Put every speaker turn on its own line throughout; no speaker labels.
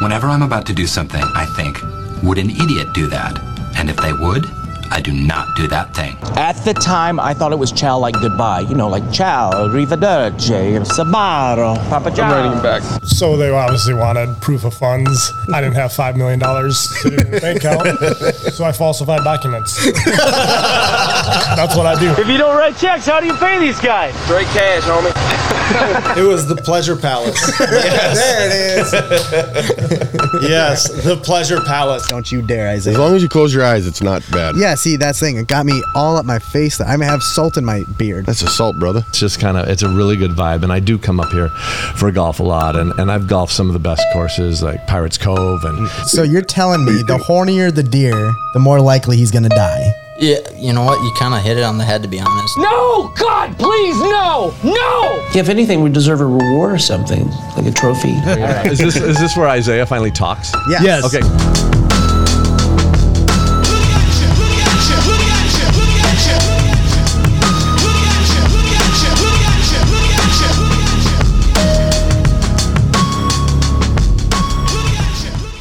Whenever I'm about to do something, I think, would an idiot do that? And if they would, I do not do that thing.
At the time, I thought it was ciao like goodbye. You know, like ciao, arrivederci, sabaro, papa
I'm
ciao.
writing it back.
So they obviously wanted proof of funds. I didn't have five million dollars sitting in the bank account, so I falsified documents. That's what I do.
If you don't write checks, how do you pay these guys?
Straight cash, homie.
It was the Pleasure Palace. There it is. yes, the Pleasure Palace.
Don't you dare, Isaiah.
As long as you close your eyes, it's not bad.
Yeah, see, that's the thing. It got me all up my face. I may have salt in my beard.
That's assault, brother.
It's just kind of, it's a really good vibe. And I do come up here for golf a lot. And, and I've golfed some of the best courses like Pirates Cove. And
So you're telling me the hornier the deer, the more likely he's gonna die.
Yeah, you know what? You kind of hit it on the head, to be honest.
No! God, please, no! No!
If anything, we deserve a reward or something, like a trophy.
Mm,
is, this, is this where Isaiah finally talks?
Yes.
Okay.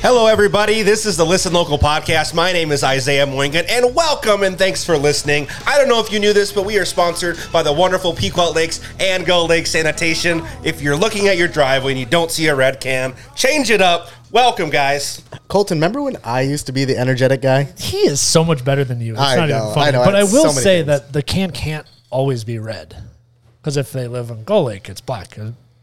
Hello, everybody. This is the Listen Local podcast. My name is Isaiah Moingan, and welcome and thanks for listening. I don't know if you knew this, but we are sponsored by the wonderful Pequot Lakes and Go Lake Sanitation. If you're looking at your driveway and you don't see a red can, change it up. Welcome, guys.
Colton, remember when I used to be the energetic guy?
He is so much better than you. It's
I
not
know,
even funny.
I know,
but I
it's
will
so many
say
things.
that the can can't always be red. Because if they live on Gull Lake, it's black.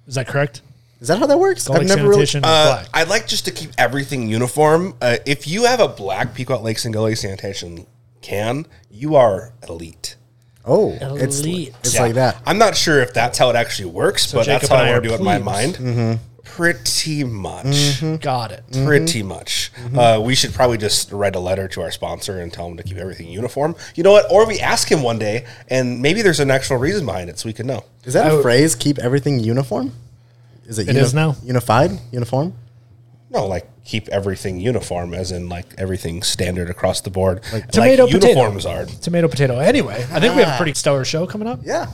Is that correct?
Is that how that works?
Gull Lake sanitation is
Uh,
black.
I'd like just to keep everything uniform. Uh, if you have a black Pequot Lakes and Go Lake Sanitation can, you are elite.
Oh, it's
Elite.
it's like that.
I'm not sure if that's how it actually works, but that's
Jacob
how
and
I
I
want
are
to do it in my
plebes. Mm-hmm.
mind. Pretty much.
Got it.
pretty much. Uh, we should probably just write a letter to our sponsor and tell him to keep everything uniform. You know what? Or we ask him one day, and maybe there's an actual reason behind it, so we could know.
Is that a phrase? Keep everything uniform. Is it?
It is now.
Unified, uniform.
No, like keep everything uniform, as in like everything standard across the board. Like,
Tomato, potato.
uniforms are
Tomato, potato. Anyway, I think we have a pretty stellar show coming up.
Yeah,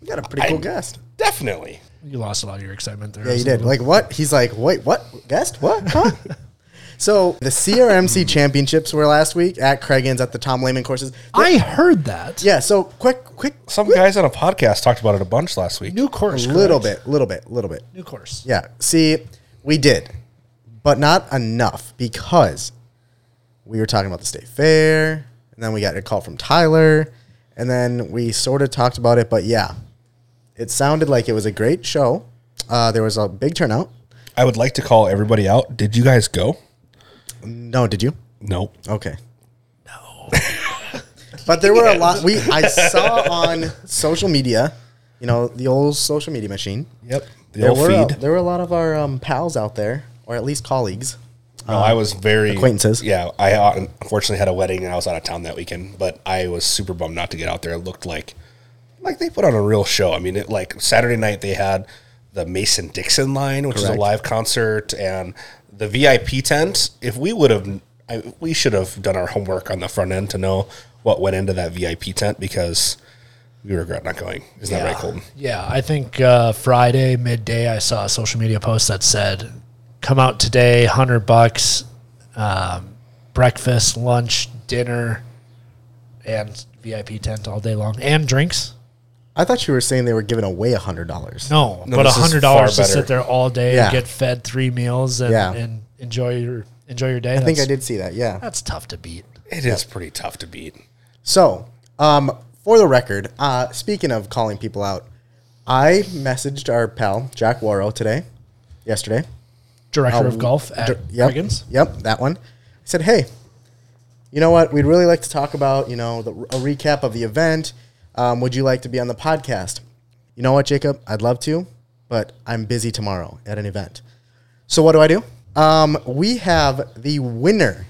you got a pretty cool guest.
definitely.
You lost a lot of your excitement there.
Yeah, you did. Like what? He's like, wait, what? Guest? What? Huh? so the CRMC championships were last week at Craigan's at the Tom Lehman courses.
I heard that.
Yeah. So quick, quick,
Some guys on a podcast talked about it a bunch last week.
New course.
a little
correct?
bit, little bit, little bit.
New course.
Yeah. See, we did, but not enough because we were talking about the state fair, and then we got a call from Tyler, and then we sort of talked about it. But yeah, it sounded like it was a great show. Uh, there was a big turnout.
I would like to call everybody out. Did you guys go?
No, did you?
No.
Okay. No. but there were a lot. We I saw on social media, you know, the old social media machine.
Yep. The
There
old
were a,
feed.
there were a lot of our um, pals out there, or at least colleagues.
No, I was very
acquaintances.
Yeah, I uh, unfortunately had a wedding and I was out of town that weekend, but I was super bummed not to get out there. It looked like like they put on a real show. I mean, it, like Saturday night they had the Mason Dixon line, which is a
Correct.
live concert, and the VIP tent. If we would have, I, we should have done our homework on the front end to know what went into that VIP tent because we regret not going. Isn't that right, Colton?
Yeah, I think uh, Friday midday I saw a social media post that said, "Come out today, hundred bucks, um, breakfast, lunch, dinner, and VIP tent all day long, and drinks."
I thought you were saying they were giving away hundred dollars.
No,
No,
but
this is
hundred dollars
far
to
better.
sit there all day
Yeah.
and get fed three meals and,
Yeah.
and enjoy your enjoy your day.
I think I did see that. Yeah.
That's tough to beat.
It is pretty tough to beat.
So, um, for the record, uh, speaking of calling people out, I messaged our pal Jack Warrow today, yesterday.
Director
Um,
of golf at
Dr- yep,
Riggins.
Yep, that one. I said, hey, you know what? We'd really like to talk about, you know, the, a recap of the event. Um, would you like to be on the podcast? You know what, Jacob? I'd love to, but I'm busy tomorrow at an event. So what do I do? Um, we have the winner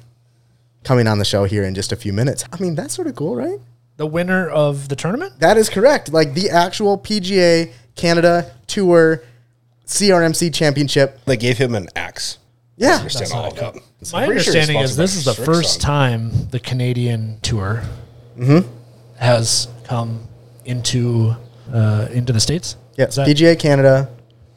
coming on the show here in just a few minutes. I mean, that's sort of cool, right?
The winner of the tournament.
That is correct. Like the actual PGA Canada Tour CRMC Championship.
They gave him an axe.
Yeah.
Understand all of that.
My
I'm pretty sure it's
understanding is
sponsored by
this is the
Strixon.
first time the Canadian tour
Mm-hmm.
has come into uh, into the states.
Yeah,
Is that
PGA Canada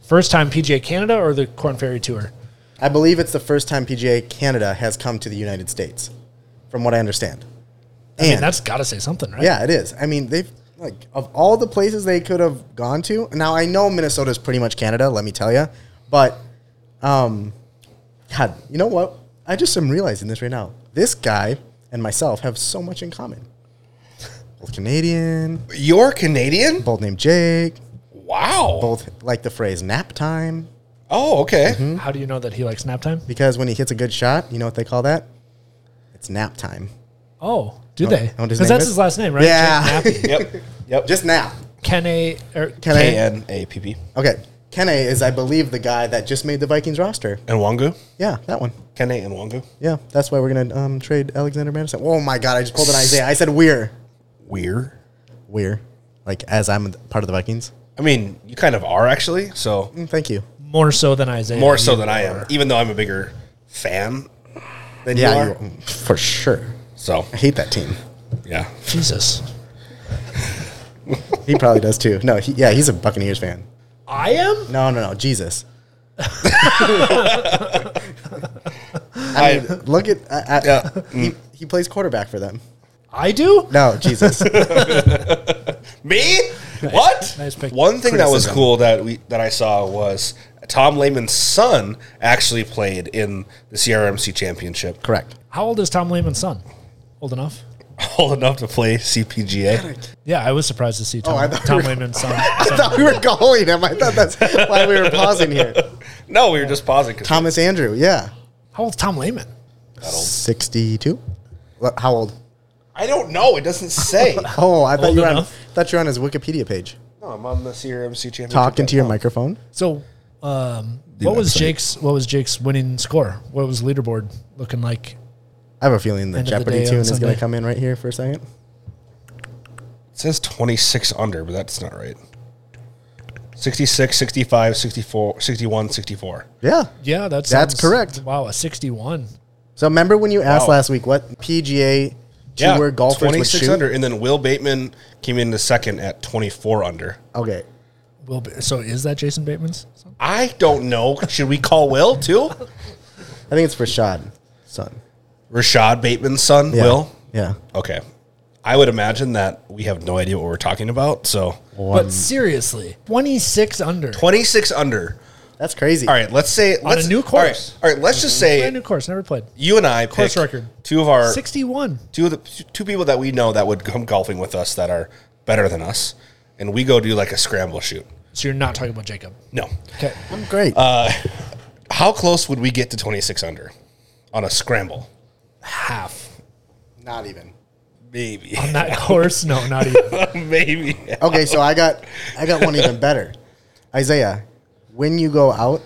first time PGA Canada or the Corn Ferry Tour?
I believe it's the first time PGA Canada has come to the United States, from what I understand.
I mean, that's got to say something, right?
Yeah, it is. I mean, they've like of all the places they could have gone to. Now I know Minnesota is pretty much Canada. Let me tell you, but um, God, you know what? I just am realizing this right now. This guy and myself have so much in common. Both Canadian,
You're Canadian?
both named Jake,
Wow.
both like the phrase nap time
Oh, okay.
How do you know that he likes nap time?
because when he hits a good shot, you know what they call that? It's nap time.
Oh, do
No,
they?
no, his
Because
name
that's
is-
his last name, right?
Yeah.
Jake Nappy. er,
Yep. Yep.
Just nap.
Kenny or
Kene.
N A P P.
Okay. Kene is, I believe, the guy that just made the Vikings roster.
And Wangu?
Yeah, that one.
Kene and Wangu?
Yeah, that's why we're gonna um, trade Alexander Madison. Oh my God, I just pulled an Isaiah. I said we're
Weird.
we're like as I'm part of the Vikings.
I mean, you kind of are actually, so
Mm, Thank you.
more so than Isaiah.
more so than I am, even though I'm a bigger fan than you are.
Yeah, you, for sure.
So,
I hate that team.
yeah.
Jesus.
He probably does too. No, he, yeah, he's a Buccaneers fan.
I am?
No, no, no, Jesus.
I,
Look at I, I,
Yeah. Mm.
he, he plays quarterback for them.
I do?
No, Jesus.
Me? What?
nice pick.
One thing that was
Criticism.
cool that we that I saw was Tom Lehman's son actually played in the CRMC championship.
Correct.
How old is Tom Lehman's son? Old enough?
Old enough to play CPGA.
Yeah, I was surprised to see Tom,
Oh, I thought
Tom
we were-
Lehman's son.
I thought we were going him. I thought that's why we were pausing here.
No, we were just pausing. 'cause-
Thomas Andrew, yeah,
How old's Tom Lehman?
sixty-two. What- How old?
I don't know. It doesn't say.
Oh, I thought
Old
you were on,
enough.
thought you were on his Wikipedia page.
no, I'm on the CRMC championship.
Talk into your microphone.
So, um, what was Jake's what was Jake's winning score? What was leaderboard looking like?
I have a feeling the
End of the
Jeopardy
day on
tune is going
Sunday.
to come in right here for a second.
It says 26 under, but that's not right. 66, 65, 64, 61, 64.
Yeah.
Yeah, that's
That's correct.
Wow, a sixty-one.
So remember when you asked
Wow.
last week what PGA tour golfers would
26
shoot?
under. And then Will Bateman came in the second at 24 under.
Okay.
Will be, so is that Jason Bateman's? Son?
I don't know. Should we call Will too?
I think it's Rashad, son.
Rashad Bateman's son,
Yeah.
Will?
Yeah.
Okay. I would imagine that we have no idea what we're talking about. So
But seriously, twenty-six under.
26 under.
That's crazy.
All right, let's say
On a
let's,
new
all right,
course.
All right, let's just
Brand
say
new course, never played.
you and I
Course
pick
record.
two of our
Sixty-one.
two of the two people that we know that would come golfing with us that are better than us, and we go do like a scramble shoot.
So you're not talking about Jacob.
No,
Okay.
Great.
Uh,
how close would we get to 26 under on a scramble?
Half.
Not even.
Maybe,
On that course? No, not even.
maybe.
Okay, so I got I got one even better. Isaiah, when you go out,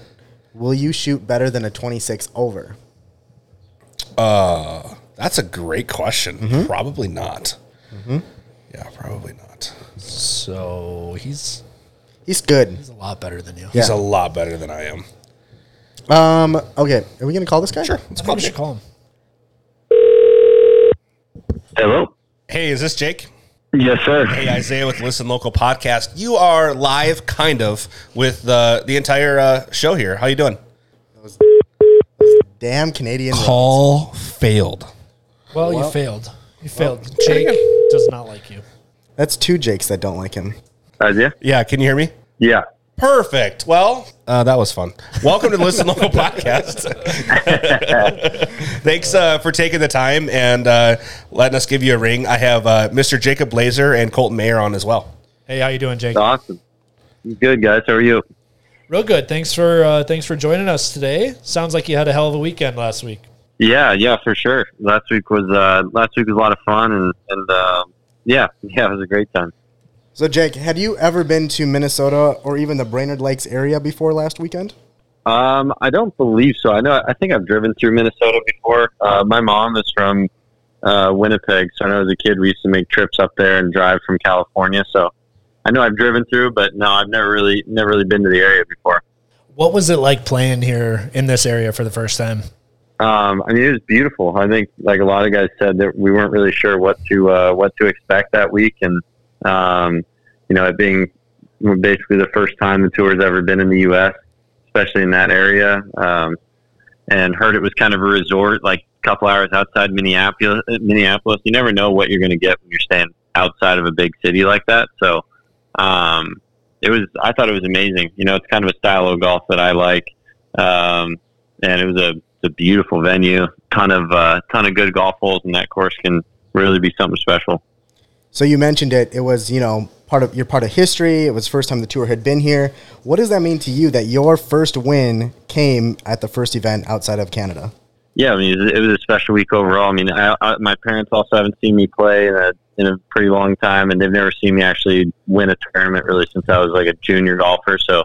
will you shoot better than a 26 over?
That's a great question. Probably not. Yeah, probably not.
So he's
He's good.
he's a lot better than you.
He's
Yeah.
a lot better than I am.
Um, okay, are we going to call this guy?
Sure, let's
I think
call
we
Jake.
should call him.
Hello?
Hey, is this Jake?
Yes, sir.
Hey, Isaiah with Listen Local Podcast. You are live, kind of, with the the entire uh, show here. How you doing?
Damn Canadian.
Call failed.
Well, you failed. You failed. Jake does not like you.
That's two Jakes that don't like him.
Isaiah?
Yeah, can you hear me?
Yeah.
Perfect. Well, uh, that was fun. Welcome to the Listen Local Podcast. Thanks uh, for taking the time and uh, letting us give you a ring. I have uh, Mr. Jacob Blazer and Colton Mayer on as well.
Hey, how you doing, Jake?
Awesome. Good, guys. How are you?
Real good. Thanks for uh, thanks for joining us today. Sounds like you had a hell of a weekend last week.
Yeah, yeah, for sure. Last week was uh, last week was a lot of fun, and and uh, yeah, yeah, it was a great time.
So, Jake, had you ever been to Minnesota or even the Brainerd Lakes area before last weekend?
Um, I don't believe so. I know. I think I've driven through Minnesota before. Uh, my mom is from uh, Winnipeg, so I know as a kid we used to make trips up there and drive from California. So I know I've driven through, but no, I've never really never really been to the area before.
What was it like playing here in this area for the first time?
Um, I mean, it was beautiful. I think, like a lot of guys said, that we weren't really sure what to uh, what to expect that week, and um, you know, it being basically the first time the tour's ever been in the U.S., especially in that area. Um,
and heard it was kind of a resort, like a couple hours outside Minneapolis. Minneapolis, you never know what you're going to get when you're staying outside of a big city like that. So um, it was. I thought it was amazing. You know, it's kind of a style of golf that I like, um, and it was a, it's a beautiful venue. Ton of uh, ton of good golf holes, and that course can really be something special.
So you mentioned it. It was you know part of your part of history. It was first time the tour had been here. What does that mean to you that your first win came at the first event outside of Canada?
yeah, I mean, it was- it was a special week overall. I mean, I, I, my parents also haven't seen me play in a, in a pretty long time, and they've never seen me actually win a tournament really since I was like a junior golfer. So,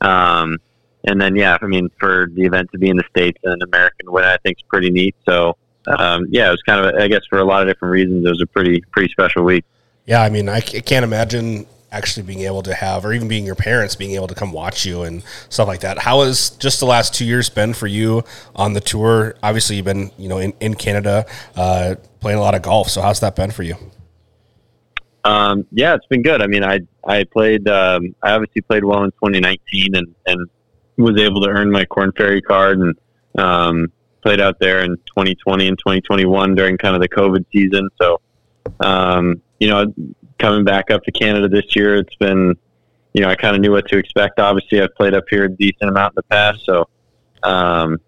um, and then yeah, I mean, for the event to be in the states and an American win, I think is pretty neat. So, um, yeah, it was kind of, I guess, for a lot of different reasons, it was a pretty pretty special week.
Yeah, I mean, I c- can't imagine actually being able to have, or even being your parents being able to come watch you and stuff like that. How has just the last two years been for you on the tour? Obviously, you've been, you know, in, in Canada uh, playing a lot of golf. So how's that been for you?
Um, yeah, it's been good. I mean, I I played. Um, I obviously played well in 2019, and and was able to earn my Corn Ferry card, and um, played out there in 2020 and 2021 during kind of the COVID season. So, um, you know, coming back up to Canada this year, it's been, you know, I kind of knew what to expect. Obviously, I've played up here a decent amount in the past, so um,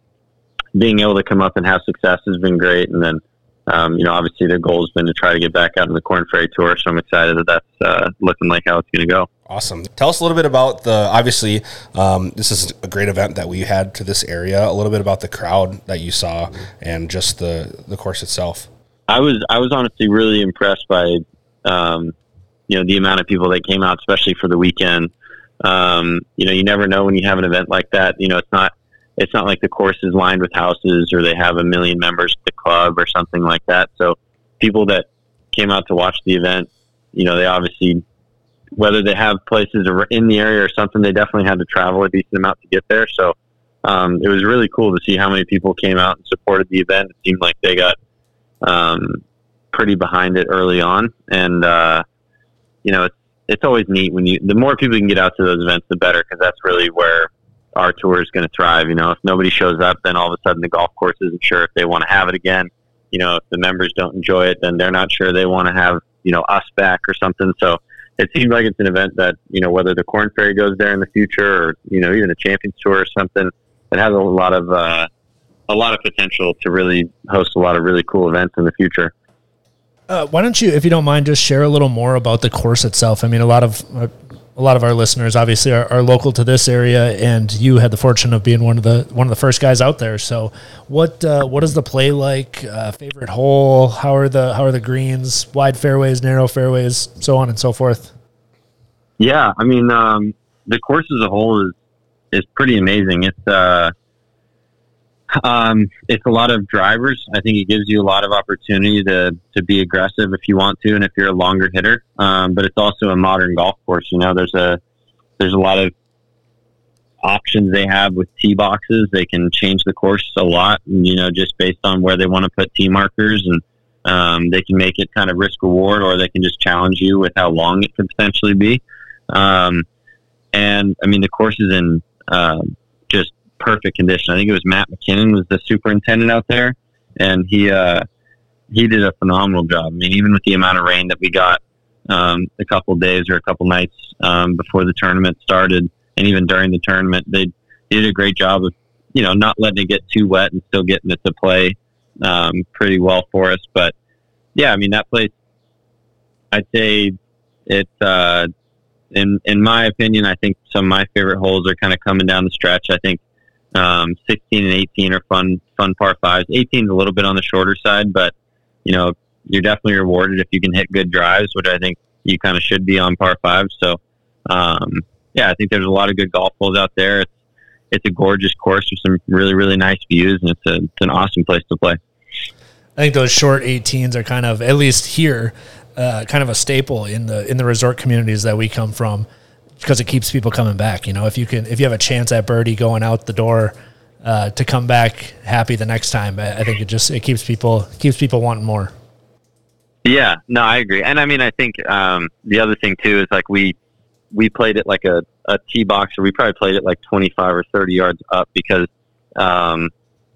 being able to come up and have success has been great, and then um, you know, obviously their goal has been to try to get back out on the Corn Ferry Tour. So I'm excited that that's uh, looking like how it's going to go.
Awesome. Tell us a little bit about the. Obviously, um, this is a great event that we had to this area. A little bit about the crowd that you saw and just the the course itself.
I was I was honestly really impressed by um, you know the amount of people that came out, especially for the weekend. Um, you know, you never know when you have an event like that. You know, it's not it's not like the course is lined with houses or they have a million members at the club or something like that. So people that came out to watch the event, you know, they obviously whether they have places ar- in the area or something, they definitely had to travel a decent amount to get there. So um, it was really cool to see how many people came out and supported the event. It seemed like they got um, pretty behind it early on, and uh, you know it's it's always neat when you the more people you can get out to those events, the better because that's really where our tour is going to thrive. You know, if nobody shows up, then all of a sudden the golf course isn't sure if they want to have it again. You know, if the members don't enjoy it, then they're not sure they want to have you know us back or something. So it seems like it's an event that you know whether the Corn Ferry goes there in the future or you know even a Champions Tour or something, it has a lot of uh, a lot of potential to really host a lot of really cool events in the future.
Uh, why don't you, if you don't mind, just share a little more about the course itself? I mean, a lot of uh, a lot of our listeners obviously are, are local to this area, and you had the fortune of being one of the one of the first guys out there. So, what uh, what is the play like? Uh, favorite hole? How are the how are the greens? Wide fairways, narrow fairways, so on and so forth.
Yeah, I mean, um, the course as a whole is is pretty amazing. It's uh, um, it's a lot of drivers. I think it gives you a lot of opportunity to to be aggressive if you want to, and if you're a longer hitter. Um, but it's also a modern golf course. You know, there's a there's a lot of options they have with tee boxes. They can change the course a lot, and, you know, just based on where they want to put tee markers, and um, they can make it kind of risk reward, or they can just challenge you with how long it could potentially be. Um, and I mean, the course is in um, just perfect condition. I think it was Matt McKinnon was the superintendent out there, and he uh, he did a phenomenal job. I mean, even with the amount of rain that we got um, a couple days or a couple nights um, before the tournament started, and even during the tournament, they did a great job of you know not letting it get too wet and still getting it to play um, pretty well for us. But yeah, I mean, that place, I'd say it's. Uh, in in my opinion, I think some of my favorite holes are kind of coming down the stretch. I think um, 16 and 18 are fun fun par fives. 18 is a little bit on the shorter side, but you know you're definitely rewarded if you can hit good drives, which I think you kind of should be on par fives. So um, yeah, I think there's a lot of good golf holes out there. It's it's a gorgeous course with some really really nice views, and it's a it's an awesome place to play.
I think those short 18s are kind of at least here, uh, kind of a staple in the in the resort communities that we come from, because it keeps people coming back. You know, if you can, if you have a chance at birdie going out the door uh, to come back happy the next time, I, I think it just it keeps people keeps people wanting more.
Yeah, no, I agree. And I mean, I think um, the other thing too is like we we played it like a a tee box, or we probably played it like twenty five or thirty yards up because um,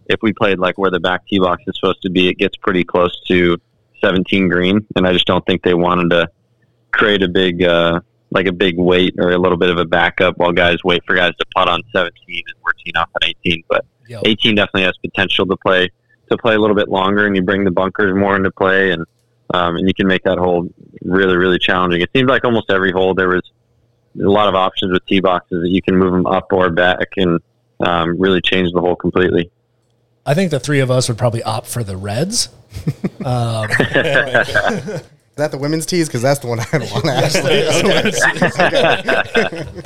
if we played like where the back tee box is supposed to be, it gets pretty close to 17 green, and I just don't think they wanted to create a big uh, like a big wait or a little bit of a backup while guys wait for guys to putt on 17 and we're teeing off on 18. But
Yep.
18 definitely has potential to play to play a little bit longer, and you bring the bunkers more into play, and um, and you can make that hole really really challenging. It seems like almost every hole there was a lot of options with tee boxes that you can move them up or back and um, really change the hole completely.
I think the three of us would probably opt for the Reds. Um,
Is that the women's tees? Because that's the one I want to ask.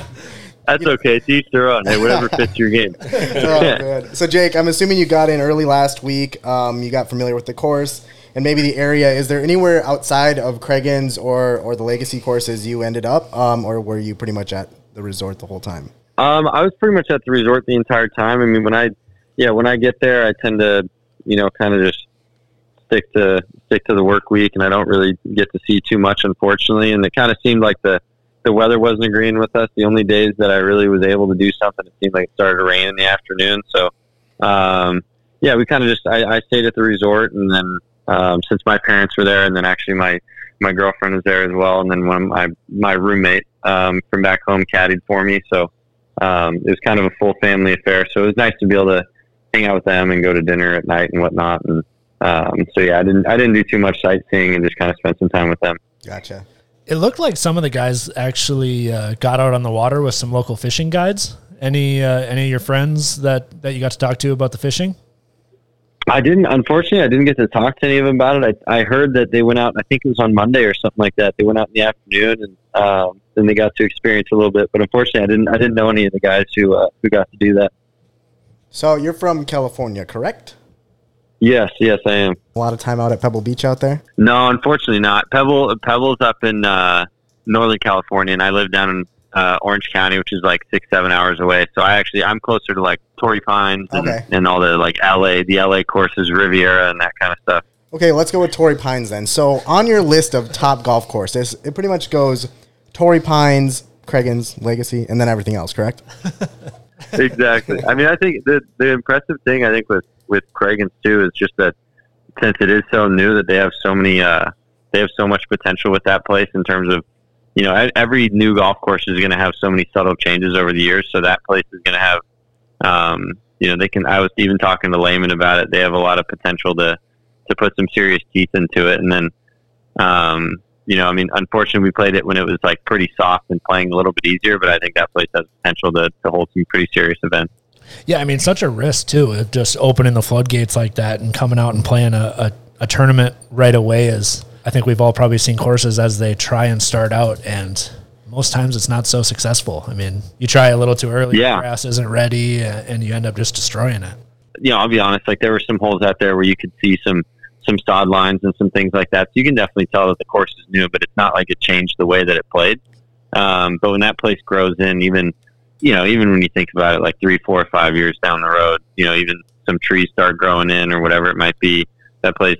That's okay. It's each their own. Hey, whatever fits your game.
Oh, man. So, Jake, I'm assuming you got in early last week. Um, you got familiar with the course and maybe the area. Is there anywhere outside of Craigens or or the Legacy courses you ended up, um, or were you pretty much at the resort the whole time?
Um, I was pretty much at the resort the entire time. I mean, when I, yeah, when I get there, I tend to, you know, kind of just stick to stick to the work week, and I don't really get to see too much, unfortunately. And it kind of seemed like the the weather wasn't agreeing with us. The only days that I really was able to do something, it seemed like it started to rain in the afternoon. So, um, yeah, we kind of just I, I stayed at the resort, and then um, since my parents were there, and then actually my my girlfriend was there as well, and then one of my my roommate um, from back home caddied for me, so um, it was kind of a full family affair. So it was nice to be able to hang out with them and go to dinner at night and whatnot. And um, so yeah, I didn't I didn't do too much sightseeing and just kind of spent some time with them.
Gotcha.
it looked like some of the guys actually uh, got out on the water with some local fishing guides. Any uh, any of your friends that, that you got to talk to about the fishing?
I didn't. Unfortunately, I didn't get to talk to any of them about it. I, I heard that they went out. I think it was on Monday or something like that. They went out in the afternoon, and um, then they got to experience a little bit. But unfortunately, I didn't. I didn't know any of the guys who uh, who got to do that.
So you're from California, correct?
Yes, yes, I am.
A lot of time out at Pebble Beach out there.
No, unfortunately not. Pebble Pebble's up in uh, Northern California, and I live down in uh, Orange County, which is like six seven hours away. So I actually I'm closer to like Torrey Pines and,
Okay.
and all the like LA the LA courses, Riviera, and that kind of stuff.
Okay, let's go with Torrey Pines then. So on your list of top golf courses, it pretty much goes Torrey Pines, Craigens, Legacy, and then everything else, correct?
exactly. I mean, I think the the impressive thing I think with with Craigens too is just that since it is so new that they have so many uh, they have so much potential with that place in terms of you know e- every new golf course is going to have so many subtle changes over the years. So that place is going to have um, you know they can. I was even talking to Layman about it. They have a lot of potential to to put some serious teeth into it, and then. Um, you know, I mean, unfortunately, we played it when it was like pretty soft and playing a little bit easier. But I think that place has potential to, to hold some pretty serious events.
Yeah, I mean, such a risk too. Of just opening the floodgates like that and coming out and playing a, a, a tournament right away is. I think we've all probably seen courses as they try and start out, and most times it's not so successful. I mean, you try a little too early,
Yeah.
the grass isn't ready, uh, and you end up just destroying it.
you know, I'll be honest, like there were some holes out there where you could see some some sod lines and some things like that. So you can definitely tell that the course is new, but it's not like it changed the way that it played. Um, but when that place grows in, even you know, even when you think about it, like three, four, or five years down the road, you know, even some trees start growing in or whatever it might be, that place,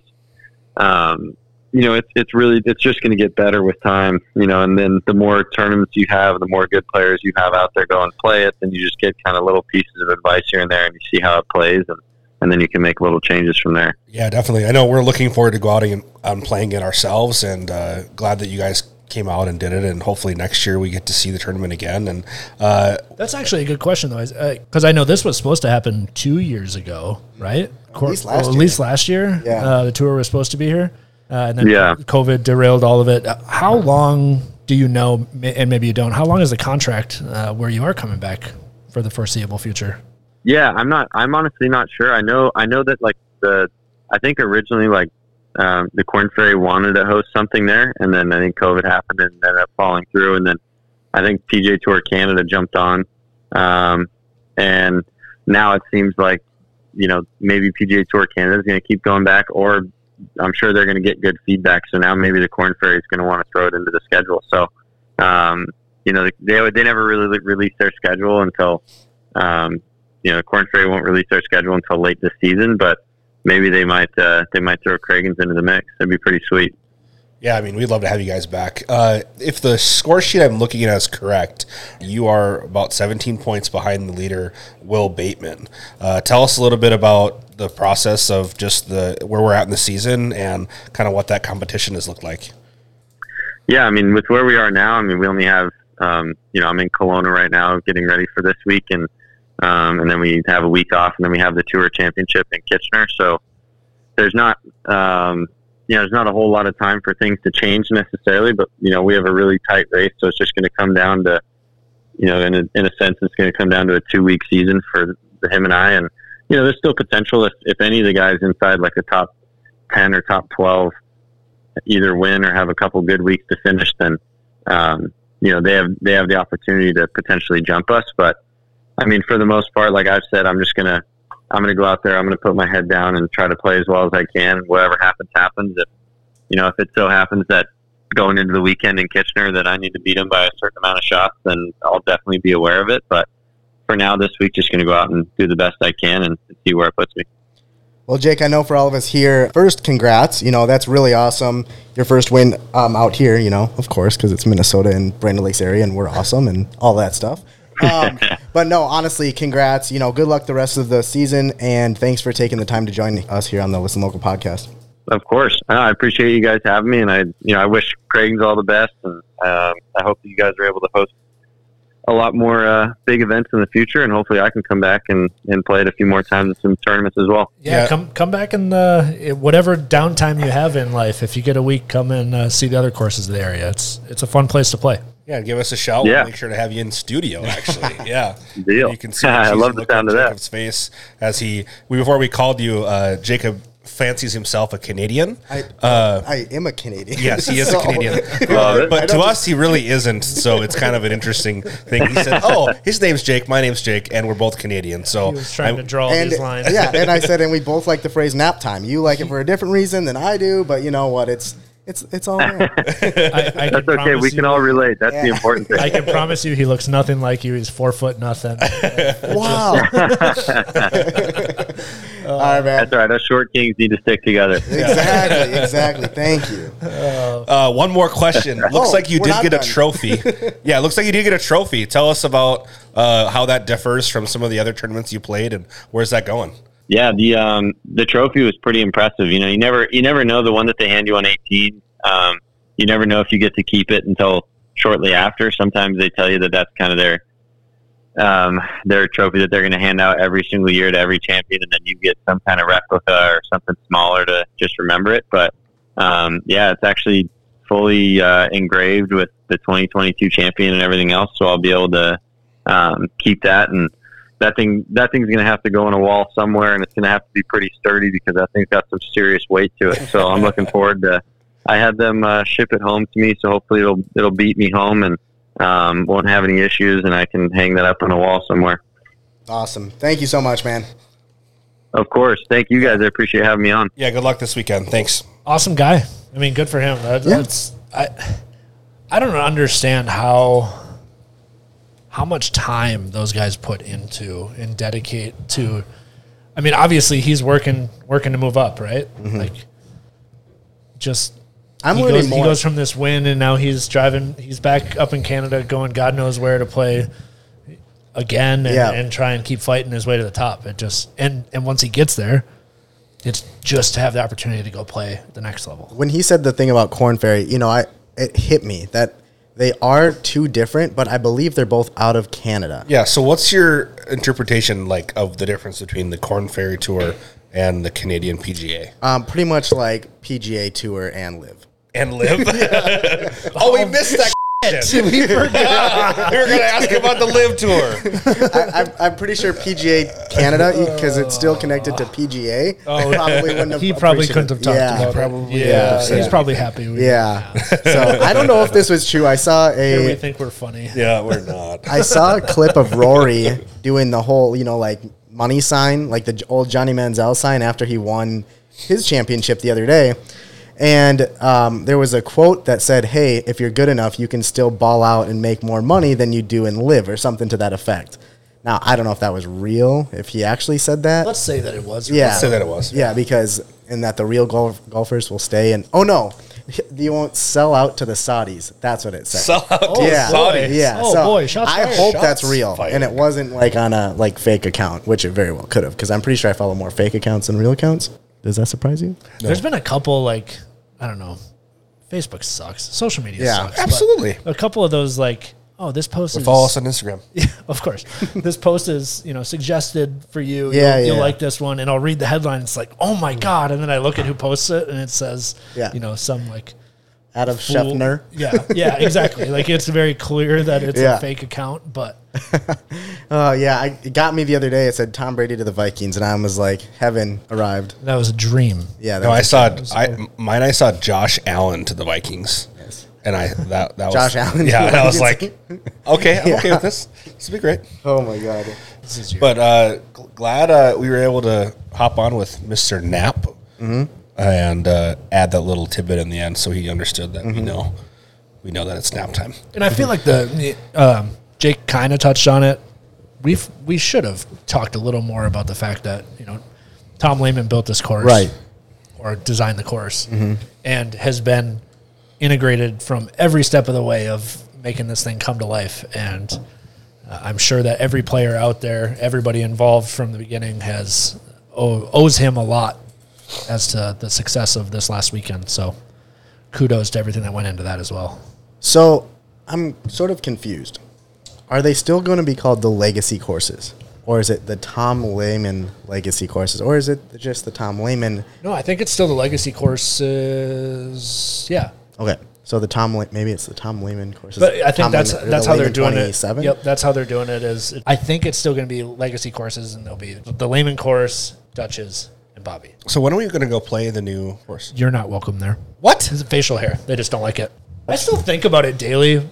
um, you know, it's it's really it's just going to get better with time, you know. And then the more tournaments you have, the more good players you have out there go and play it, then you just get kind of little pieces of advice here and there, and you see how it plays, and and then you can make little changes from there.
Yeah, definitely. I know we're looking forward to go out and um, playing it ourselves, and uh, glad that you guys came out and did it. And hopefully next year we get to see the tournament again. And uh,
That's actually a good question, though, because I know this was supposed to happen two years ago, right? Cor-
least last
well,
year.
least last year,
Yeah.
uh, the tour was supposed to be here, uh, and then
Yeah.
COVID derailed all of it. Uh, How long do you know, ma- and maybe you don't? How long is the contract uh, where you are coming back for the foreseeable future?
Yeah, I'm not. I'm honestly not sure. I know. I know that like the. I think originally like um, the Corn Ferry wanted to host something there, and then I think COVID happened and ended up falling through, and then I think PJ Tour Canada jumped on, um, and now it seems like you know maybe PJ Tour Canada is going to keep going back, or I'm sure they're going to get good feedback. So now maybe the Corn Ferry is going to want to throw it into the schedule. So um, you know they they never really released their schedule until. Um, you know, Corn Ferry won't release their schedule until late this season, but maybe they might uh, they might throw Craigens into the mix. That'd be pretty sweet.
Yeah, I mean, we'd love to have you guys back. Uh, if the score sheet I'm looking at is correct, you are about 17 points behind the leader, Will Bateman. Uh, tell us a little bit about the process of just the where we're at in the season and kind of what that competition has looked like.
Yeah, I mean, with where we are now, I mean, we only have, um, you know, I'm in Kelowna right now, getting ready for this week, and um, and then we have a week off, and then we have the Tour Championship in Kitchener. So there's not, um, you know, there's not a whole lot of time for things to change necessarily. But you know, we have a really tight race, so it's just going to come down to, you know, in a, in a sense, it's going to come down to a two week season for him and I, and you know, there's still potential if if any of the guys inside like a top ten or top twelve either win or have a couple good weeks to finish, then um, you know they have they have the opportunity to potentially jump us. But I mean, for the most part, like I've said, I'm just gonna I'm gonna go out there. I'm gonna put my head down and try to play as well as I can. Whatever happens, happens. If you know, if it so happens that going into the weekend in Kitchener that I need to beat him by a certain amount of shots, then I'll definitely be aware of it. But for now, this week, just gonna go out and do the best I can and see where it puts me.
Well, Jake, I know for all of us here, first, congrats. You know, that's really awesome. Your first win um, out here, you know, of course, because it's Minnesota and Brandon Lakes area, and we're awesome and all that stuff. Um, but no, honestly, congrats. You know, good luck the rest of the season, and thanks for taking the time to join us here on the Listen Local podcast.
Of course, Uh, I appreciate you guys having me, and I you know I wish Craig's all the best, and um, I hope that you guys are able to host a lot more uh, big events in the future, and hopefully I can come back and, and play it a few more times in some tournaments as well.
Yeah, come come back in the it- whatever downtime you have in life. If you get a week, come and uh, see the other courses of the area. It's it's a fun place to play.
Yeah, give us a shout.
Yeah.
We'll make sure to have you in studio. Actually, yeah,
Deal.
You can see.
I
she's
love the
looking
sound
at
of that.
Jacob's face as he. We before we called you, uh, Jacob fancies himself a Canadian.
I,
uh,
I am a Canadian.
Yes, he is
So-
a Canadian.
Love it. I
But to
don't
us, he really isn't. So it's kind of an interesting thing. He said, "Oh, his name's Jake. My name's Jake, and we're both Canadian." So
He was trying to draw
and,
his line.
yeah, and I said, and we both like the phrase nap time. You like it for a different reason than I do, but you know what? It's it's it's all right.
I
That's
can
okay. We
promise
can
you-
all relate. That's the important thing.
I can promise you, he looks nothing like you. He's four foot nothing.
Wow. all right, man.
That's all right. Us short kings need to stick together.
Exactly, exactly. Thank you.
Uh, one more question. Looks
Oh,
like you
we're
did
not
get
done.
a trophy. yeah, looks like you did get a trophy. Tell us about uh, how that differs from some of the other tournaments you played, and where's that going?
Yeah, the um, the trophy was pretty impressive. You know, you never you never know the one that they hand you on eighteen. Um, you never know if you get to keep it until shortly after. Sometimes they tell you that that's kind of their um, their trophy that they're going to hand out every single year to every champion, and then you get some kind of replica or something smaller to just remember it. But um, yeah, it's actually fully uh, engraved with the 2022 champion and everything else, so I'll be able to um, keep that and that thing that thing's going to have to go on a wall somewhere and it's going to have to be pretty sturdy because that thing's got some serious weight to it so i'm looking forward to i had them uh, ship it home to me so hopefully it'll it'll beat me home and um, won't have any issues and i can hang that up on a wall somewhere
Awesome. Thank you so much, man.
of course thank you guys i appreciate having me on
Yeah, good luck this weekend. Thanks.
awesome guy. I mean, good for him. That, That's I. I don't understand how how much time those guys put into and dedicate to. I mean, obviously he's working working to move up, right? Like, just
I'm
he
learning
goes,
more.
He goes from this win, and now he's driving. He's back up in Canada, going God knows where to play again, and,
Yeah.
and try and keep fighting his way to the top. It just and and once he gets there, it's just to have the opportunity to go play the next level.
When he said the thing about Corn Fairy, you know, I it hit me that they are two different, but I believe they're both out of Canada.
Yeah. So, what's your interpretation like of the difference between the Corn Ferry Tour and the Canadian PGA?
Um, pretty much like PGA Tour and Live.
And live. oh, we missed that. shit.
We forgot.
we were going to ask about the live tour.
I, I'm, I'm pretty sure PGA Canada because it's still connected to PGA.
Oh,
probably wouldn't have.
He probably couldn't have
appreciated-
talked
yeah,
about it.
probably
yeah,
wouldn't have said
he's
it.
probably happy. We,
Yeah. So I don't know if this was true. I saw
Here we
a
think we're funny.
Yeah, we're not.
I saw a clip of Rory doing the whole, you know, like money sign, like the old Johnny Manziel sign after he won his championship the other day. And um, there was a quote that said, "Hey, if you're good enough, you can still ball out and make more money than you do and live," or something to that effect. Now I don't know if that was real. If he actually said that,
Let's say that it was real.
Yeah,
Let's say that it was,
Yeah, because and that the real golf, golfers will stay and oh no, you won't sell out to the Saudis. That's what it said.
Sell out to the
yeah.
Saudis.
Yeah.
Oh,
so
boy, shots
I
fired.
hope that's
Shots
real
fired.
and it wasn't like on a like fake account, which it very well could have because I'm pretty sure I follow more fake accounts than real accounts. Does that surprise you?
There's been a couple like I don't know. Facebook sucks. Social media
Yeah,
sucks. but
absolutely.
A couple of those like, oh, this post is
Follow us on Instagram.
Yeah, of course. this post is, you know, suggested for you.
Yeah,
you'll, you'll
yeah.
like this one and I'll read the headline. It's like, "Oh my god." And then I look at who posts it and it says,
Yeah.
you know, some like
Out of
fool-
Scheffner.
Yeah. Yeah, exactly. like it's very clear that it's
Yeah.
a fake account, but
Oh yeah, I, it got me the other day. It said Tom Brady to the Vikings, and I was like, heaven arrived.
That was a dream.
Yeah, that
No,
was
I
a
saw
dream.
I mine. I saw Josh Allen to the Vikings. And I that that was
Josh Allen.
Yeah, and I was like,
Vikings.
okay, I'm okay
Yeah.
with this. This would be great.
Oh my god,
But uh, gl- glad uh, we were able to hop on with Mister Knapp Mm-hmm. and uh, add that little tidbit in the end, so he understood that we
Mhm.
know we know that it's nap time.
And I feel like the um, Jake kind of touched on it. We have we should have talked a little more about the fact that you know Tom Lehman built this course,
Right.
or designed the course,
Mhm.
and has been integrated from every step of the way of making this thing come to life. And uh, I'm sure that every player out there, everybody involved from the beginning, has o- owes him a lot as to the success of this last weekend. So kudos to everything that went into that as well.
So I'm sort of confused. Are they still going to be called the legacy courses, or is it the Tom Lehman legacy courses, or is it just the Tom Lehman?
No, I think it's still the legacy courses. Yeah,
Okay, so the Tom Le- maybe it's the Tom Lehman courses.
but I think
Tom
that's
Lehman- or
that's
the
how they're
Lehman
doing it.
27?
Yep, that's how they're doing it. Is I think it's still going to be legacy courses, and there'll be the layman course, Dutch's, and Bobby.
So when are we going to go play the new course?
You're not welcome there.
What?
It's facial hair. They just don't like it. I still think about it daily.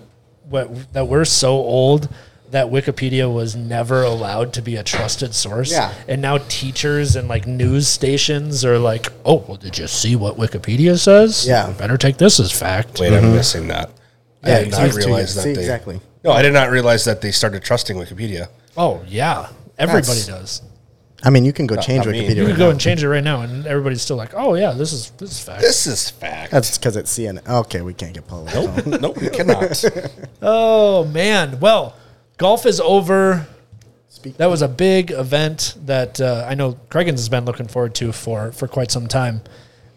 What that we're so old that Wikipedia was never allowed to be a trusted source.
Yeah.
And now teachers and like news stations are like, oh, well, did you see what Wikipedia says?
Yeah.
We better take this as fact.
Wait, I'm missing that.
Yeah,
I did
exactly.
not realize
See,
that they
exactly.
No, I did not realize that they started trusting Wikipedia.
Oh yeah, everybody
That's-
does.
I mean, you can go
Not-
change
not me.
Wikipedia.
You
right
could go
now.
and change it right now, and everybody's still like, "Oh yeah, this is this is fact."
This is fact.
That's because it's CNN. Okay, we can't get political.
nope, we cannot.
Oh man, well, golf is over. That was a big event that uh, I know Craigens has been looking forward to for for quite some time.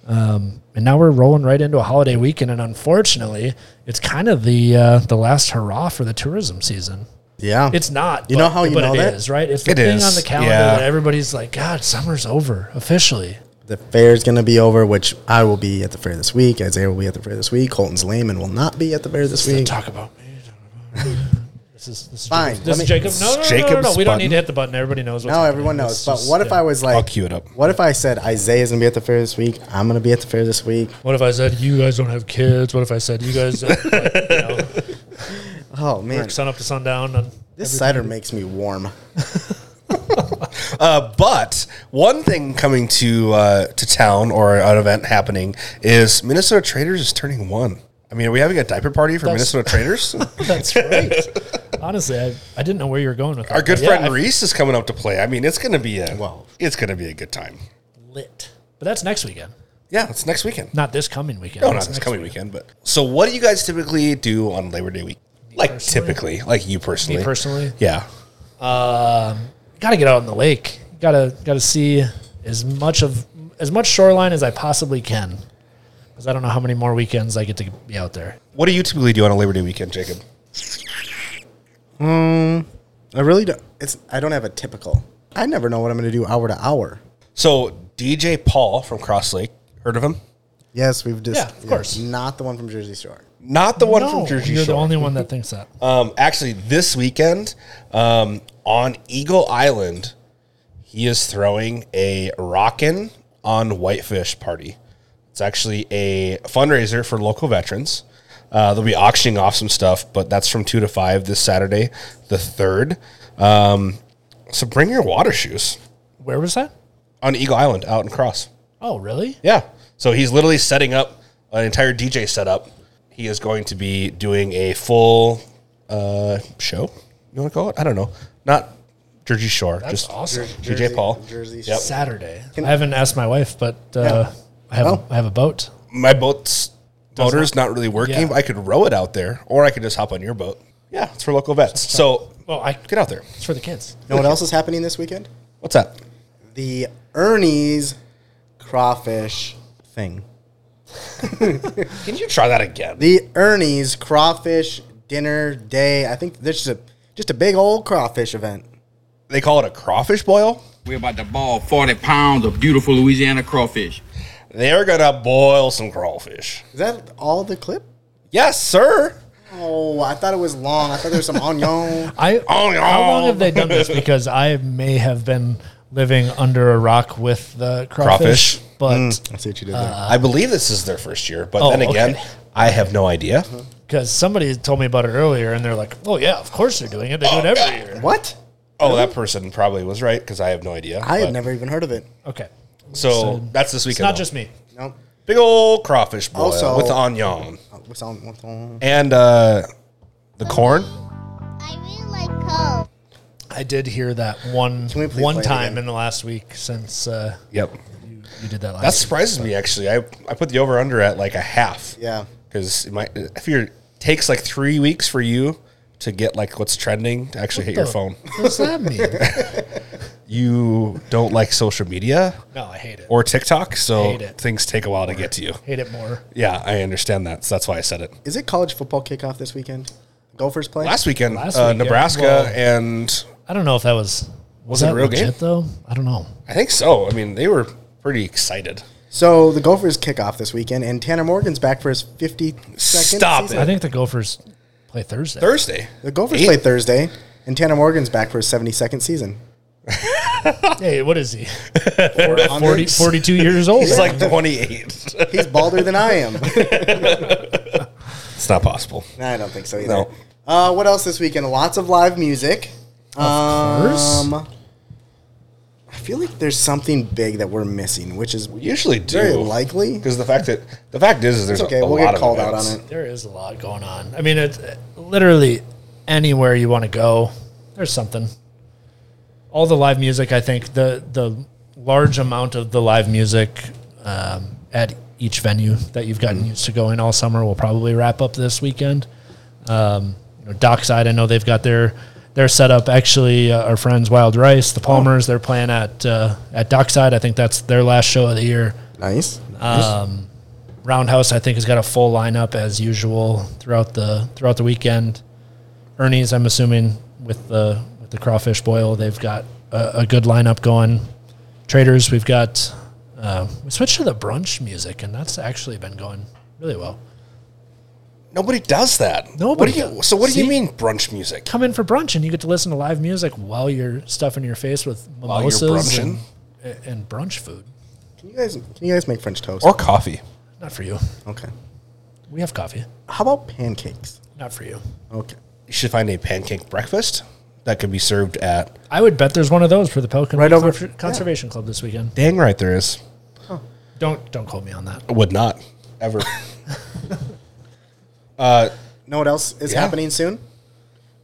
Um, and now we're rolling right into a holiday weekend, and unfortunately, it's kind of the uh, the last hurrah for the tourism season.
Yeah,
It's not.
You know how you
but
know
it
that?
is, right? It's the
It
thing
is,
on the calendar
yeah.
that everybody's like, "God, summer's over officially."
The fair's going to be over, which I will be at the fair this week. Isaiah will be at the fair this week. Colton's Lehman will not be at the fair this
Let's not
week.
talk about me. This is this is
Fine,
Jacob. This
let
is
me-
Jacob. No, no, no, no, no,
Jacob's
no. We don't
button.
need to hit the button. Everybody knows. What's
No,
happening.
everyone knows.
It's
But
just-
what if
yeah.
I was like,
I'll cue it up.
What if I said Isaiah's going to be at the fair this week? I'm going to be at the fair this week.
What if I said you guys don't have kids? What if I said you guys don't, like, you know,
Oh man,
work sun up to sundown? And
this cider makes me warm.
Uh, but one thing coming to uh, to town or an event happening is Minnesota Traders is turning one. I mean, are we having a diaper party for
That's-
Minnesota Traders?
that's right. Honestly, I, I didn't know where you were going with that.
Our good
but yeah,
friend
I-
Reese is coming up to play. I mean, it's going to be a
Wow.
it's going to be a good time.
lit. But that's next weekend,
Yeah, it's next weekend.
not this coming weekend.
No,
It's
Oh, not this
next
coming weekend. But so, what do you guys typically do on Labor Day week? Like
personally?
typically, like you personally,
Me personally,
yeah.
um, gotta get out on the lake. Gotta gotta see as much of as much shoreline as I possibly can, because I don't know how many more weekends I get to be out there.
What do you typically do on a Labor Day weekend, Jacob?
I really don't. It's I don't have a typical. I never know what I'm going to do hour to hour.
So DJ Paul from Cross Lake, heard of him?
Yes, we've just
Yeah, of course.
not the one from Jersey Shore.
Not the one from
No,
Jersey
You're
Shore.
the only one that thinks that.
Um, actually, this weekend um, on Eagle Island, he is throwing a rockin' on whitefish party. It's actually a fundraiser for local veterans. Uh, they'll be auctioning off some stuff, but that's from two to five this Saturday, the third. Um, so bring your water shoes
Where was that?
on Eagle Island out in Cross.
Oh, really?
Yeah. So he's literally setting up an entire DJ setup. He is going to be doing a full uh, show. You want to call it? I don't know. Not Jersey Shore.
That's
just
awesome.
DJ Paul.
Jersey
Yep.
Saturday. I haven't asked my wife, but uh, I have
Oh.
I have a boat.
My boat's
Does
motor's
not-
not really working.
Yeah.
but I could row it out there, or I could just hop on your boat. Yeah, it's for local vets. So
well, I
get out there.
It's for the kids.
You know what else is happening this weekend?
What's that?
The Ernie's crawfish thing.
Can you try that again?
The Ernie's crawfish dinner day. I think this is a just a big old crawfish event.
They call it a crawfish boil.
We're about to boil 40 pounds of beautiful Louisiana crawfish.
They're gonna boil some crawfish.
Is that all the clip?
Yes, sir.
Oh, I thought it was long. I thought there was some onion.
I how
yeah.
long have they done this? Because I may have been living under a rock with the crawfish,
Crawfish.
but
I see what you did
I believe this is their first year, but
Uh. Oh,
then again,
okay. Uh-huh.
I have no idea.
because somebody told me about it earlier, and they're like, "Oh yeah, of course they're doing it. They do it every year."
What?
Oh, that person probably was right because I have no idea.
I had
but-
never even heard of it.
Okay,
So, that's
it's
this weekend.
not
though.
just me.
Nope.
Big old crawfish boil
Also-
with onion
Oh, what's on- what's on-
and uh, the corn.
I did hear that one
Can we please
one
play it
time
again?
in the last week since uh,
Yep,
you did that last.
that
week.
surprises me actually. I I put the over under at like a half.
Yeah.
because it might. I figure it takes like three weeks for you to get like what's trending to actually hit your
the-
phone.
What does that mean?
You don't like social media
no, I hate it.
or TikTok, so
Hate it.
things take a while to get to you.
hate it more.
Yeah, I understand that. So that's why I said it.
Is it college football kickoff this weekend? Gophers play?
Last weekend,
Last
uh,
weekend,
Nebraska
well-
and
I don't know if that was was
it
that
a real
legit
game?
though. I don't know.
I think so. I mean, they were pretty excited.
So the Gophers kick off this weekend, and Tanner Morgan's back for his 52nd
Stop
season.
I think the Gophers play Thursday.
Thursday.
The Gophers play Thursday, and Tanner Morgan's back for his 72nd season.
Hey, what is he? 40, 40 42 years old.
He's like 28.
He's balder than I am.
it's not possible.
Nah, I don't think so either.
No.
Uh, what else this weekend? Lots of live music.
course.
Um, I feel like there's something big that we're missing, which is
Usually do.
very likely.
Because the fact that the fact is, is there's
It's okay.
a, a
We'll
lot
get
of
called out
events.
on it.
there is a lot going on. I mean, it's literally anywhere you want to go, there's something. All the live music, I think the the large amount of the live music um, at each venue that you've gotten used to going all summer will probably wrap up this weekend. Um, you know, Dockside, I know they've got their their setup. Actually, uh, our friends Wild Rice, the Palmers, they're playing at uh, at Dockside. I think that's their last show of the year.
Nice.
Um, Roundhouse, I think, has got a full lineup as usual throughout the throughout the weekend. Ernie's, I'm assuming, with the with the crawfish boil, they've got a, a good lineup going. Traders, we've got uh, we switched to the brunch music, and that's actually been going really well.
Nobody does that.
Nobody
What do you,
does.
so what do you
See?
mean brunch music?
Come in for brunch, and you get to listen to live music while you're stuffing your face with
you're
mimosas
brunching?
and, and brunch food.
Can you guys can you guys make French toast?
Or coffee?
Not for you.
okay.
We have coffee.
How about pancakes?
Not for you.
Okay.
You should find a pancake breakfast that could be served at.
I would bet there's one of those for the Pelican
Right over-
Conser- Conservation Club this weekend.
Dang right there is.
Don't don't quote me on that.
Would not ever.
Know what else is
Yeah.
happening soon?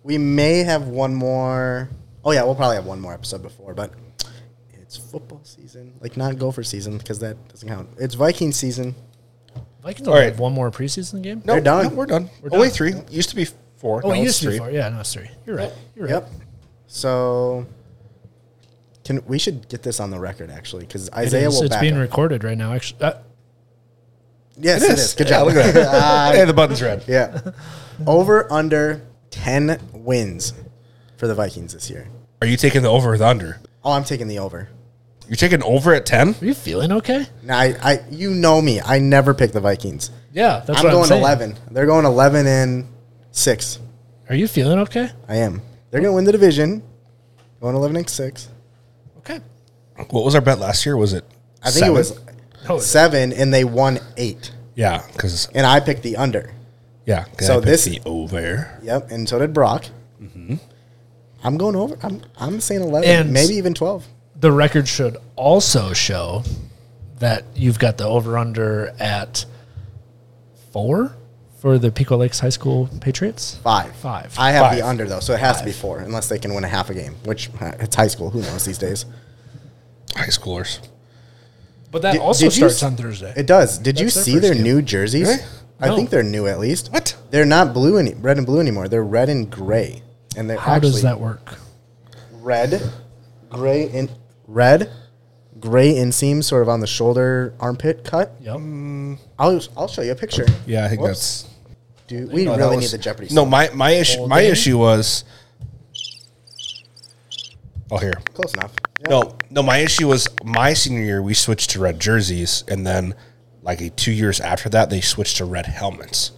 We may have one more. Oh yeah, we'll probably have one more episode before, but it's football season, like not Gopher season because that doesn't count. It's Viking season.
Vikings
All
only
right.
have one more preseason game.
No,
They're done.
no, we're done.
We're
Only
done.
three. Used to be four.
Oh,
Now
it
it's
used to be
three.
four. Yeah, no, it's three. You're right. You're right.
Yep. So, can we should get this on the record actually because
It
Isaiah
is.
will
it's
back.
being
up.
recorded right now. Actually, uh,
yes, it is. Good
Yeah,
job. Ah.
look at that. hey, the button's red.
yeah. Over under ten wins for the Vikings this year.
Are you taking the over or the under?
Oh, I'm taking the over.
You're taking over at 10?
are you feeling okay?
Now, I, I, you know me. I never pick the Vikings.
Yeah, that's
I'm
what
going
I'm saying.
11. They're going 11 and 6.
Are you feeling okay?
I am. They're going to win the division. Going 11 and 6.
Okay.
What was our bet last year? Was it?
I think
seven?
it was
No, it's-
7 and they won 8.
Yeah, because
And I picked the under.
yeah. 'cause
So
I picked
this-
the over.
Yep, and so did Brock.
Mm-hmm.
I'm going over. I'm I'm saying 11,
And-
maybe even 12.
the record should also show that you've got the over under at four, for the Pico Lakes High School Patriots?
Five.
Five.
I have the
Five.
under though, so it has to be four, unless they can win a half a game, which uh, it's high school. Who knows these days?
High schoolers.
But that
Did-
also
did you
starts
s-
on Thursday.
It does. Did you
That's
see
first
their
game.
new jerseys?
Really?
I
No.
think they're new at least. What? They're not blue any red and blue anymore. They're red and gray. And they're
How
actually
does that work?
red, gray in red, gray inseam, sort of on the shoulder armpit cut.
Yep.
Mm. I'll I'll show you a picture.
Yeah, I think
Whoops. Dude, we
No, that
really
was-
need the Jeopardy.
No,
song.
my my issue my
Holding.
issue was. Oh, here.
Close enough.
No, no. My issue was my senior year. We switched to red jerseys, and then like a two years after that, they switched to red helmets.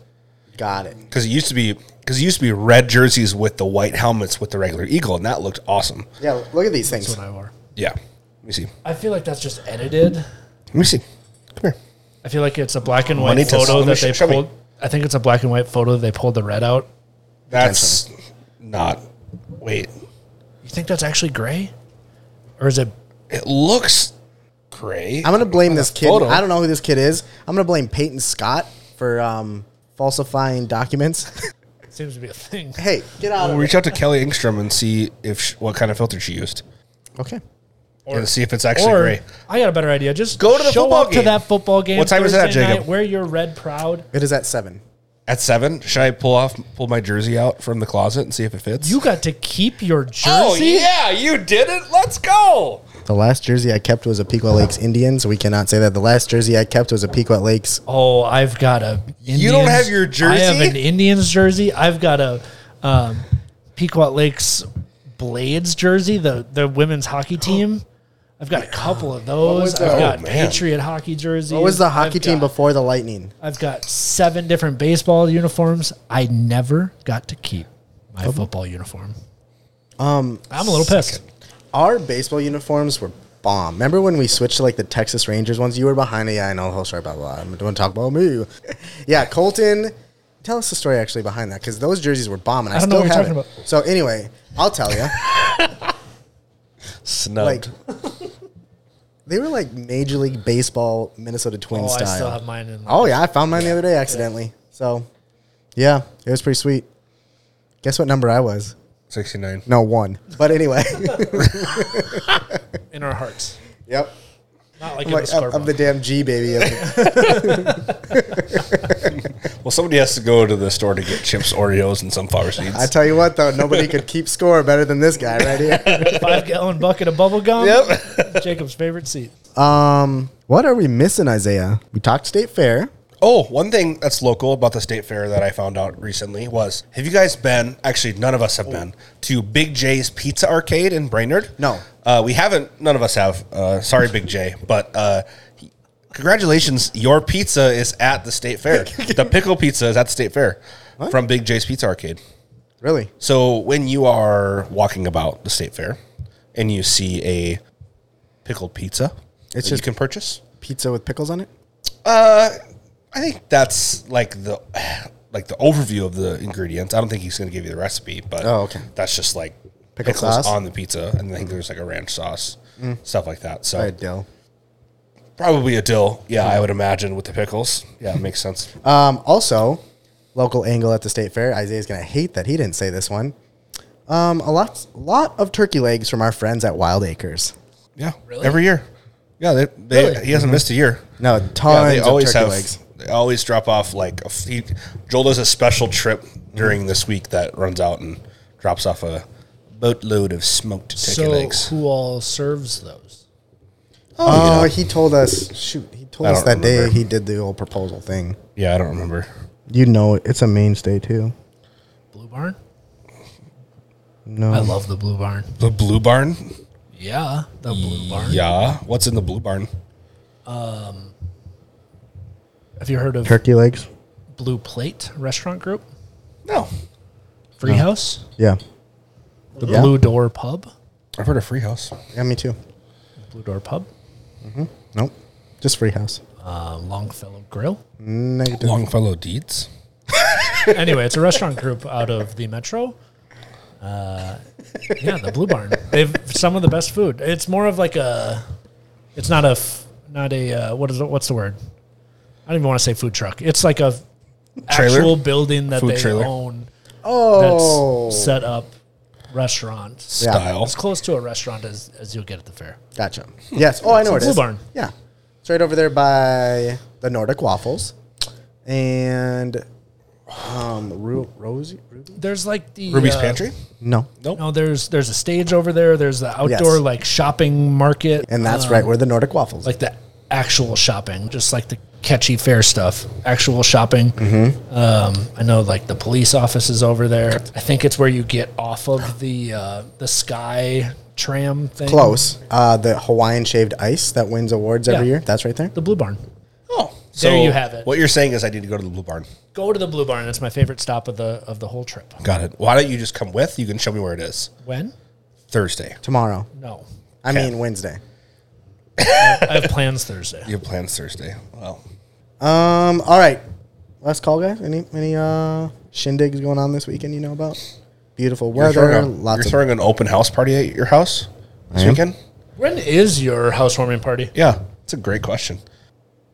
Got it.
Because it used to be because it used to be red jerseys with the white helmets with the regular eagle, and that looked awesome.
Yeah, look at these things.
That's what I wore.
Yeah. Let me see.
I feel like that's just edited.
Let me see. Come here.
I feel like it's a black and white
Juanita's-
photo
let me
that
sh-
they
show me.
pulled. I think it's a black and white photo that they pulled the red out.
That's not. Wait.
You think that's actually gray, or is it?
It looks gray.
I'm gonna blame this kid.
photo.
I don't know who this kid is. I'm gonna blame Peyton Scott for um, falsifying documents.
Seems to be a thing.
hey, get out
We'll
of
reach
here.
out to Kelly Engstrom and see if sh what kind of filter she used,
Okay.
and see if it's actually
or
gray.
I got a better idea. Just
Go to the
show
football
up to
game.
that football game.
What time is
Thursday
that, Jacob?
night, wear your red proud.
It is at seven.
At seven, should I pull off pull my jersey out from the closet and see if it fits?
You got to keep your jersey.
Oh, you did it. Let's go.
The last jersey I kept was a Pequot Lakes Indian, so we cannot say that. The last jersey I kept was a Pequot Lakes.
Oh, I've got a. Indians,
don't have your
I have
jersey?
an Indians jersey. I've got a um, Pequot Lakes Blades jersey, the the women's hockey team. I've got a couple of those.
was that?
I've got
Oh, man.
Patriot hockey jerseys.
What was the
I've
hockey team
got-
before the Lightning?
I've got seven different baseball uniforms. I never got to keep my football uniform.
Um,
I'm a little pissed.
our baseball uniforms were bomb. Remember when we switched to like the Texas Rangers ones? You were behind it, yeah, I know the whole story, blah blah. blah. I'm going to talk about me. yeah, Colton, tell us the story actually behind that because those jerseys were bomb, and I,
I don't know
still
what
have
you're
it. So anyway, I'll tell you.
Snubbed.
they were like Major League Baseball Minnesota Twins
Oh, I
style.
still have mine in.
Oh yeah, I found mine the other day accidentally. So, yeah, it was pretty sweet. Guess what number I was?
Sixty nine.
No one. But anyway,
in our hearts.
yep.
Not like,
I'm
in
like,
the
I'm,
scorebook.
I'm the damn G baby. of it.
Well, somebody has to go to the store to get chips, Oreos, and sunflower seeds.
I tell you what, though, nobody could keep score better than this guy right here.
five gallon bucket of bubble gum. Yep. Jacob's favorite seat.
Um, what are we missing, Isaiah? We talked State Fair.
Oh, one thing that's local about the state fair that I found out recently was: Have you guys been? Actually, none of us have been to Big J's Pizza Arcade in Brainerd.
No.
uh, we haven't. None of us have. Uh, sorry, Big J, but uh, congratulations, your pizza is at the state fair. the pickle pizza is at the state fair from Big J's Pizza Arcade.
Really?
So when you are walking about the state fair and you see a pickled pizza,
It's
that
just-
you can purchase.
Pizza with pickles on it?
Uh, I think that's like the like the overview of the ingredients. I don't think he's going to give you the recipe, but
Oh, okay.
that's just like
Pickle
pickles
sauce?
on the pizza, and I think there's like a ranch sauce, stuff like that. So
All right, Dill.
probably a dill, yeah, I would imagine with the pickles. Yeah, it makes sense.
Um, also, local angle at the State Fair. Isaiah's going to hate that he didn't say this one. Um, a lot, lot of turkey legs from our friends at Wild Acres.
yeah, every year. Yeah, they, they, he hasn't missed a year.
No,
Yeah,
tons
they always
of turkey
have.
legs.
They always drop off like a he, Joel does a special trip during this week that runs out and drops off a boatload of smoked turkey
so
legs.
who all serves those?
Oh, he told us. Shoot, he told
I
us
don't
that
remember.
day he did the old proposal thing.
Yeah, I don't remember.
You know, it. it's a mainstay too.
Blue Barn.
No,
I love the Blue Barn.
The Blue Barn?
Yeah, the Blue Barn.
Yeah. What's in the Blue Barn?
Have you heard of
turkey legs.
Blue Plate Restaurant Group?
No.
Freehouse.
Yeah,
The
Yeah.
Blue Door Pub.
I've heard of Free House.
yeah, me too.
Blue Door Pub.
Nope, just free house.
Uh, Longfellow Grill.
Negative.
Longfellow Deeds?
anyway, it's a restaurant group out of the metro. Uh, yeah, the Blue Barn. They've some of the best food. It's more of like a. It's not a. f- Not a. Uh, what is it? What's the word? I don't even want to say food truck. It's like a
Trailer?
actual building that
Food
they
trailer?
own.
Oh.
that's set up restaurant
Yeah. Style.
As close to a restaurant as, as you'll get at the fair.
Gotcha. Yes. Oh, I know what it
Blue
is.
Barn.
Yeah. It's right over there by the Nordic Waffles and um, Ru- Rosie. Ruby?
There's like the
Ruby's Pantry? No.
Nope. No, there's there's a stage over there. There's the
Yes.
outdoor like shopping market,
And that's right where the Nordic Waffles.
like the actual shopping, just like the catchy fair stuff. Actual shopping.
Mm-hmm.
Um, I know like the police office is over there. I think it's where you get off of the uh, the sky tram thing.
Close. Uh, the Hawaiian shaved ice that wins awards every
Yeah.
year. That's right there.
The Blue Barn.
So
Oh, there you have it.
What you're saying is I need to go to the Blue Barn.
Go to the Blue Barn. It's my favorite stop of the of the whole trip.
Got it. Why don't you just come with? You can show me where it is.
When?
Thursday.
Tomorrow.
No.
I mean Wednesday.
I have plans Thursday.
You have plans Thursday. Well,
Um. All right. Last call, guys. Any any uh shindigs going on this weekend? You know about? Beautiful
you're,
weather.
throwing, a-
lots
you're
of
throwing an open house party at your house this
I am.
weekend?
When is your housewarming party?
Yeah, it's a great question.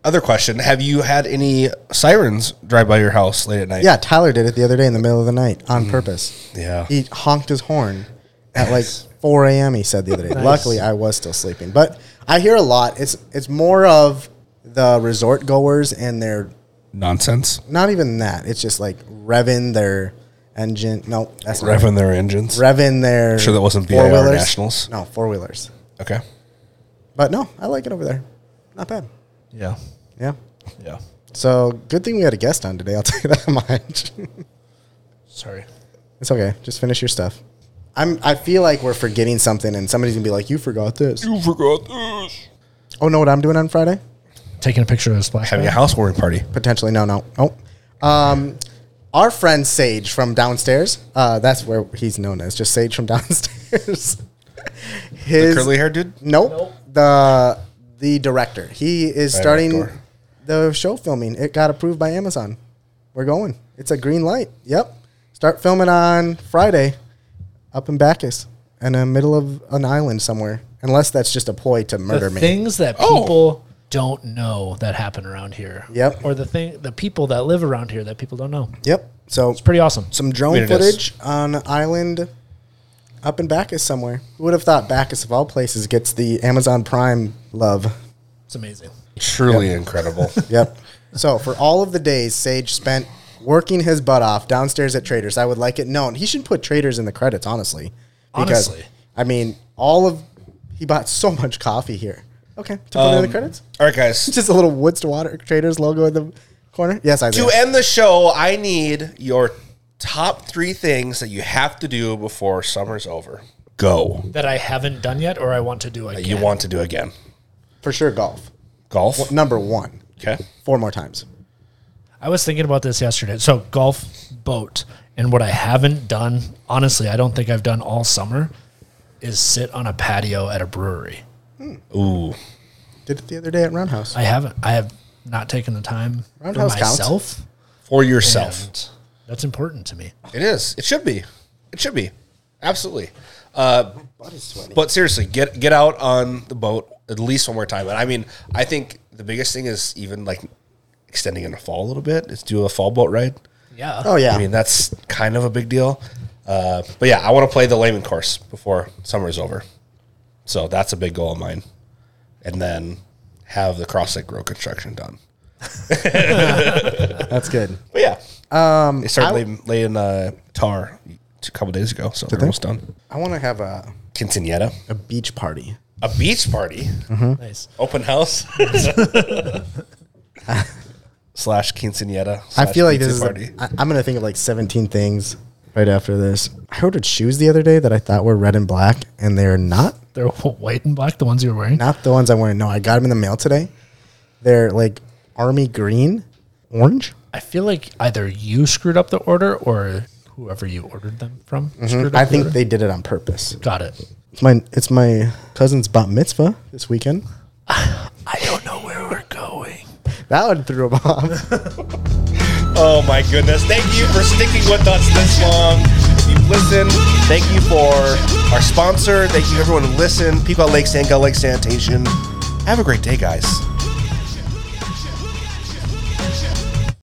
Other question: Have you had any sirens drive by your house late at night?
Yeah, Tyler did it the other day in the middle of the night on purpose.
Mm. Yeah.
He honked his horn at like 4 a.m. He said the other day.
Nice.
Luckily, I was still sleeping, but I hear a lot. It's it's more of the resort goers and their
nonsense.
Not even that. It's just like revving their engine. No, that's not
Revving
it.
their engines?
Revving their
Sure that wasn't BIR
four-wheelers?
Nationals?
No, four wheelers.
Okay.
But no, I like it over there. Not bad.
Yeah.
Yeah.
Yeah.
So good thing we had a guest on today. I'll tell you that much.
Sorry.
It's okay. Just finish your stuff. I'm. I feel like we're forgetting something, and somebody's gonna be like, "You forgot this."
You forgot this.
Oh no! What I'm doing on Friday?
Taking a picture of his splash.
Having a housewarming party.
Potentially. No. No. Oh. Um, our friend Sage from downstairs. Uh, that's where he's known as just Sage from downstairs. His
curly hair dude.
Nope. The the director. He is
Right
starting
outdoor.
the show filming. It got approved by Amazon. We're going. It's a green light. Yep. Start filming on Friday, up in Bacchus, in the middle of an island somewhere. Unless that's just a ploy to murder
the
me.
Things that
Oh!
people don't know that happen around here.
Yep.
Or the thing, the people that live around here that people don't know.
Yep. So it's
pretty awesome.
Some drone
Wait, it is.
footage on an island up in Bacchus somewhere. Who would have thought Bacchus of all places gets the Amazon Prime love?
It's amazing.
Truly incredible.
Yep. So for all of the days Sage spent working his butt off downstairs at Traders, I would like it known. He should put Traders in the credits, honestly.
Honestly.
I mean, all of he bought so much coffee here. Okay. To put in the
Um,
credits?
All right, guys.
Just a little Woods to Water Traders logo in the corner. Yes, I do.
To end the show, I need your top three things that you have to do before summer's over. Go.
That I haven't done yet, or I want to do
That
again.
you want to do again.
For sure, golf.
Golf.
Well, number one.
Okay.
Four more times.
I was thinking about this yesterday. So golf, boat, and what I haven't done, honestly, I don't think I've done all summer, is sit on a patio at a brewery.
Ooh.
Did it the other day at Roundhouse.
I haven't. I have not taken the time
Roundhouse
for
counts.
myself.
For yourself.
and That's important to me.
It is. It should be. It should be. Absolutely. Uh, but seriously, get get out on the boat at least one more time. And I mean, I think the biggest thing is even like extending in the fall a little bit. Is do a fall boat ride.
Yeah.
Oh, yeah.
I mean, that's kind of a big deal. Uh, but yeah, I want to play the layman course before summer's over. So that's a big goal of mine. And then have the Cross Lake Road construction done.
That's good.
But yeah,
Um,
they started
I-
laying, laying uh, tar a couple days ago, so they're
they?
almost done.
I want to have a
Quinceanera.
a beach party.
A beach party.
Mhm.
Nice.
Open house. slash quinceanera.
I
slash
feel like
pizza
this is. A, I, I'm gonna think of like 17 things right after this. I ordered shoes the other day that I thought were red and black, and they're not.
They're white and black, the ones you're wearing.
Not the ones I'm wearing. No, I got them in the mail today. They're like army green, orange.
I feel like either you screwed up the order or whoever you ordered them from. screwed up
Mm-hmm. I
the
think
order.
they did it on purpose.
got it.
It's my it's my cousin's bat mitzvah this weekend.
I don't know where we're going.
That one threw him off.
Oh my goodness. Thank you for sticking with us this long. If You've listened. Thank you for our sponsor. Thank you everyone who listened. Pequot Lake, San Lake Sanitation. Have a great day, guys.